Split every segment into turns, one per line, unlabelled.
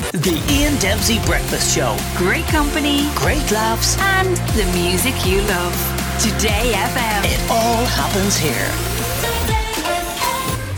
The Ian Dempsey Breakfast Show.
Great company
Great laughs.
and the music you love. Today FM.
It all happens here.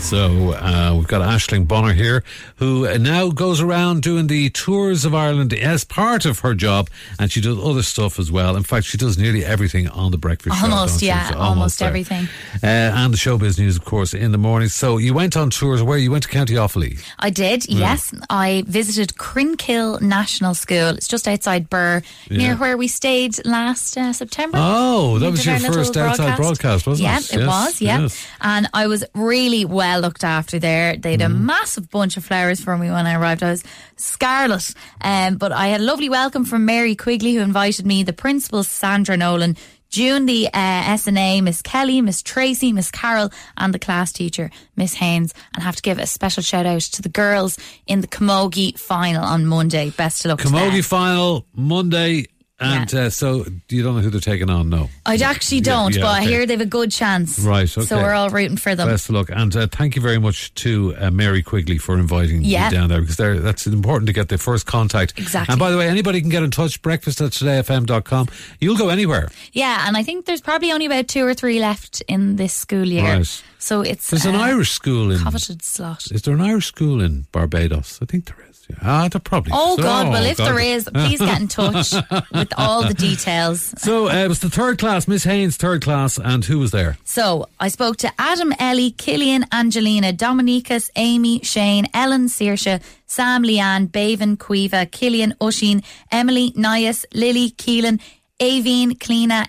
So uh, we've got Ashling Bonner here, who uh, now goes around doing the tours of Ireland as part of her job, and she does other stuff as well. In fact, she does nearly everything on the breakfast show.
Almost,
don't she?
yeah,
So
almost
there.
everything.
Uh, and the showbiz news, of course, in the morning. So you went on tours where you went to County Offaly.
I did, yes. I visited Crinkill National School. It's just outside Burr,
Yeah.
near where we stayed last uh, September.
Oh, that
We
was
did
your
our little
first outside broadcast, wasn't
yeah,
it?
it
Yes,
was, yeah.
yes.
And I was really well looked after there. They had a
Mm-hmm.
massive bunch of flowers for me when I arrived. I was scarlet. Um, but I had a lovely welcome from Mary Quigley, who invited me, the principal, Sandra Nolan. June, the uh, SNA, Miss Kelly, Miss Tracy, Miss Carol, and the class teacher, Miss Haynes. And I have to give a special shout out to the girls in the Camogie final on Monday. Best of luck to them.
Camogie final Monday, and uh, so you don't know who they're taking on, no.
I actually
Yeah,
don't,
yeah,
but
okay.
I hear they have a good chance.
Right, okay.
So we're all rooting for them.
Best of luck, and uh, thank you very much to uh, Mary Quigley for inviting
Yeah.
me down there because they're- that's important to get the first contact.
Exactly.
And by the way, anybody can get in touch. Breakfast at todayfm.com. You'll go anywhere.
Yeah, and I think there's probably only about two or three left in this school year.
Right.
So it's
There's an
uh,
Irish school in.
coveted slot.
Is there an Irish school in Barbados? I think there is. Yeah. Ah, there probably.
Oh
is.
God! Well, if
God.
there is, please get in touch with all the details.
So uh, it was the third class, Miss Haynes, third class, and who was there?
So I spoke to Adam, Ellie, Killian, Angelina, Dominicus, Amy, Shane, Ellen, Saoirse, Sam, Leanne, Baven, Cueva, Killian, Usheen, Emily, Nias, Lily, Keelan, Aveen, Kleena,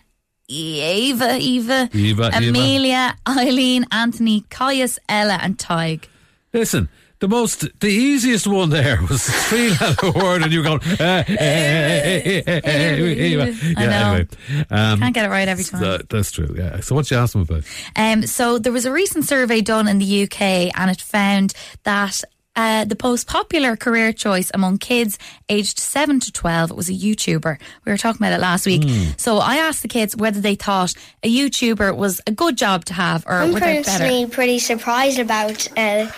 Eva, Eva,
Eva, Eva.
Amelia, Eileen, Anthony, Caius, Ella, and Tig.
Listen. The most, the easiest one there was three letter word, and you were going, eh, eh, eh, eh, eh, eh, eh, eh, eh.
I
yeah,
know.
anyway. Um,
Can't get it right every time.
That- that's true. Yeah. So what you asked them about?
Um, so there was a recent survey done in the UK, and it found that. Uh, the most popular career choice among kids aged 7 to 12 was a YouTuber. We were talking about it last week.
Hmm.
So I asked the kids whether they thought a YouTuber was a good job to have or
I'm
whether it better.
personally pretty surprised about uh,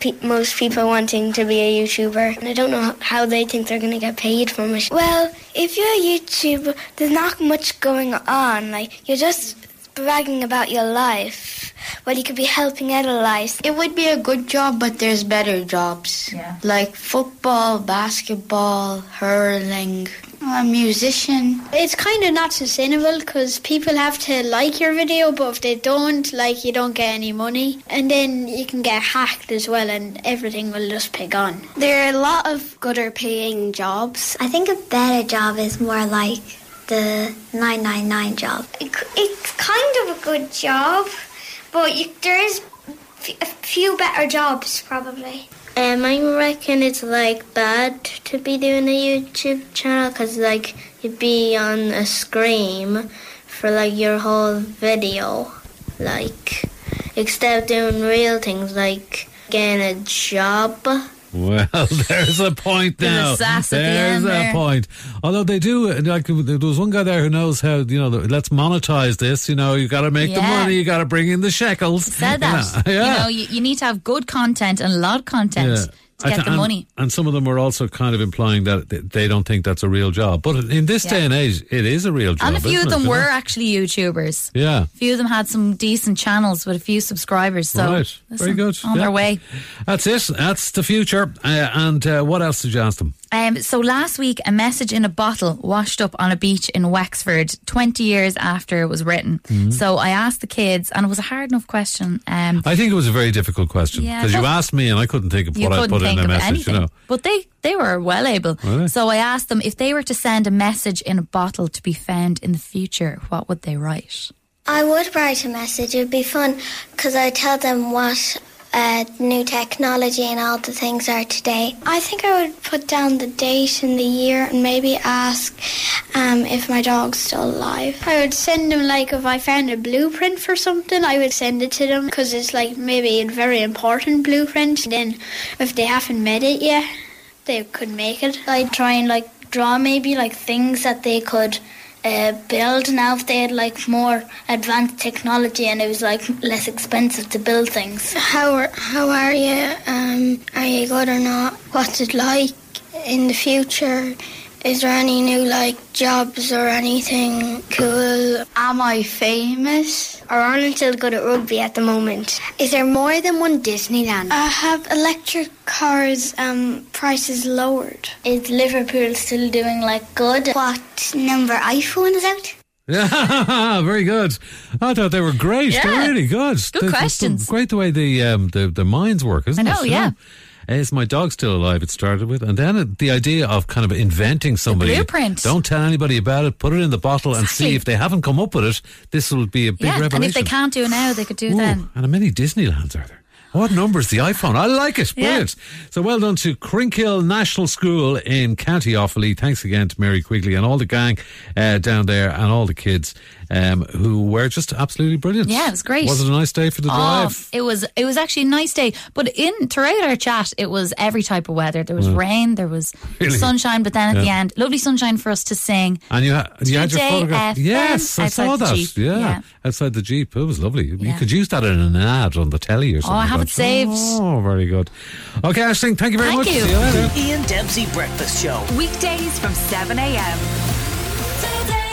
pe- most people wanting to be a YouTuber. And I don't know how they think they're going to get paid from it. Well, if you're a YouTuber, there's not much going on. Like, you're just bragging about your life. Well, you could be helping out a life.
It would be a good job, but there's better jobs.
Yeah.
Like football, basketball, hurling. A musician.
It's kind of not sustainable because people have to like your video, but if they don't, like, you don't get any money. And then you can get hacked as well, and everything will just pick on. There are a lot of gooder paying jobs.
I think a better job is more like the 999 job.
It's kind of a good job, but you, there is f- a few better jobs probably. Um, I reckon it's like bad to be doing a YouTube channel because like you'd be on a screen for like your whole video, like except doing real things like getting a job.
Well, there's a point
There's a
now.
sass at the
there's
end
a
there.
point. Although they do, uh, like, there was one guy there who knows how. You know, let's monetize this. You know, you got to make the
Yeah.
money. You got to bring in the shekels.
Said that.
Yeah.
You know, you, you need to have good content and a lot of content
Yeah.
to
I
get
th-
the
and,
money.
and some of them were also kind of implying that th- they don't think that's a real job. But in this
Yeah.
day and age, it is a real job.
And a few
isn't
of
it,
them
you know?
were actually YouTubers.
Yeah.
A few of them had some decent channels with a few subscribers. So
right. Very
listen,
good.
On
Yeah.
their way.
That's it. That's the future. Uh, and uh, what else did you ask them?
Um, so last week, a message in a bottle washed up on a beach in Wexford 20 years after it was written.
Mm-hmm.
So I asked the kids, and it was a hard enough question. Um,
I think it was a very difficult question
Yeah,
because you
but-
asked me and I couldn't think of
you
what I
couldn't
put in
think
a
of
message.
anything,
You know.
but they they were well able.
Really?
So I asked them if they were to send a message in a bottle to be found in the future, what would they write?
I would write a message. It would be fun because I tell them what uh, new technology and all the things are today. I think I would put down the date and the year and maybe ask um, if my dog's still alive. I would send them, like, if I found a blueprint for something, I would send it to them because it's, like, maybe a very important blueprint. Then if they haven't made it yet, they could make it. I'd try and like draw maybe like things that they could uh, build now if they had like more advanced technology and it was like less expensive to build things. How are how are you? Um, are you good or not? What's it like? in the future? Is there any new like jobs or anything cool?
Am I famous?
Or aren't still good at rugby at the moment?
Is there more than one Disneyland?
I have electric cars um, prices lowered. Is Liverpool still doing like good?
What number iPhone is out?
Yeah, very good. I thought they were great.
Yeah.
They're really good.
Good questions.
great the way the um the, the minds work, isn't
I know,
it? You
Oh, yeah.
Is my dog still alive? It started with, and then it, the idea of kind of inventing somebody.
blueprint.
Don't tell anybody about it. Put it in the bottle and see
Exactly.
if they haven't come up with it. This will be a big
yeah,
revelation.
and if they can't do it now, they could do
Ooh,
then.
And how many Disneylands are there? What number is the iPhone? I like it.
Yeah.
Brilliant. So well done to Crinkill National School in County Offaly. Thanks again to Mary Quigley and all the gang uh, down there and all the kids um, who were just absolutely brilliant.
Yeah, it was great. Oh,
Was it a nice day for the drive?
Ah, it was it was actually a nice day. But in throughout our chat, it was every type of weather. There was rain, there was
Mm. Really?
sunshine, but then at the end, lovely sunshine for us to sing.
And you, ha- you had your
Today
photograph.
FM
yes, I
outside
saw
the
that.
Jeep.
Yeah.
Yeah.
outside the Jeep. It was lovely. You
Yeah.
could use that in an ad on the telly or something.
I have
like
it
that.
saved.
Oh, very good. Okay, Ashling, thank you very
Thank
much.
you.
See you later.
Ian Dempsey Breakfast Show.
Weekdays from 7 a.m. Today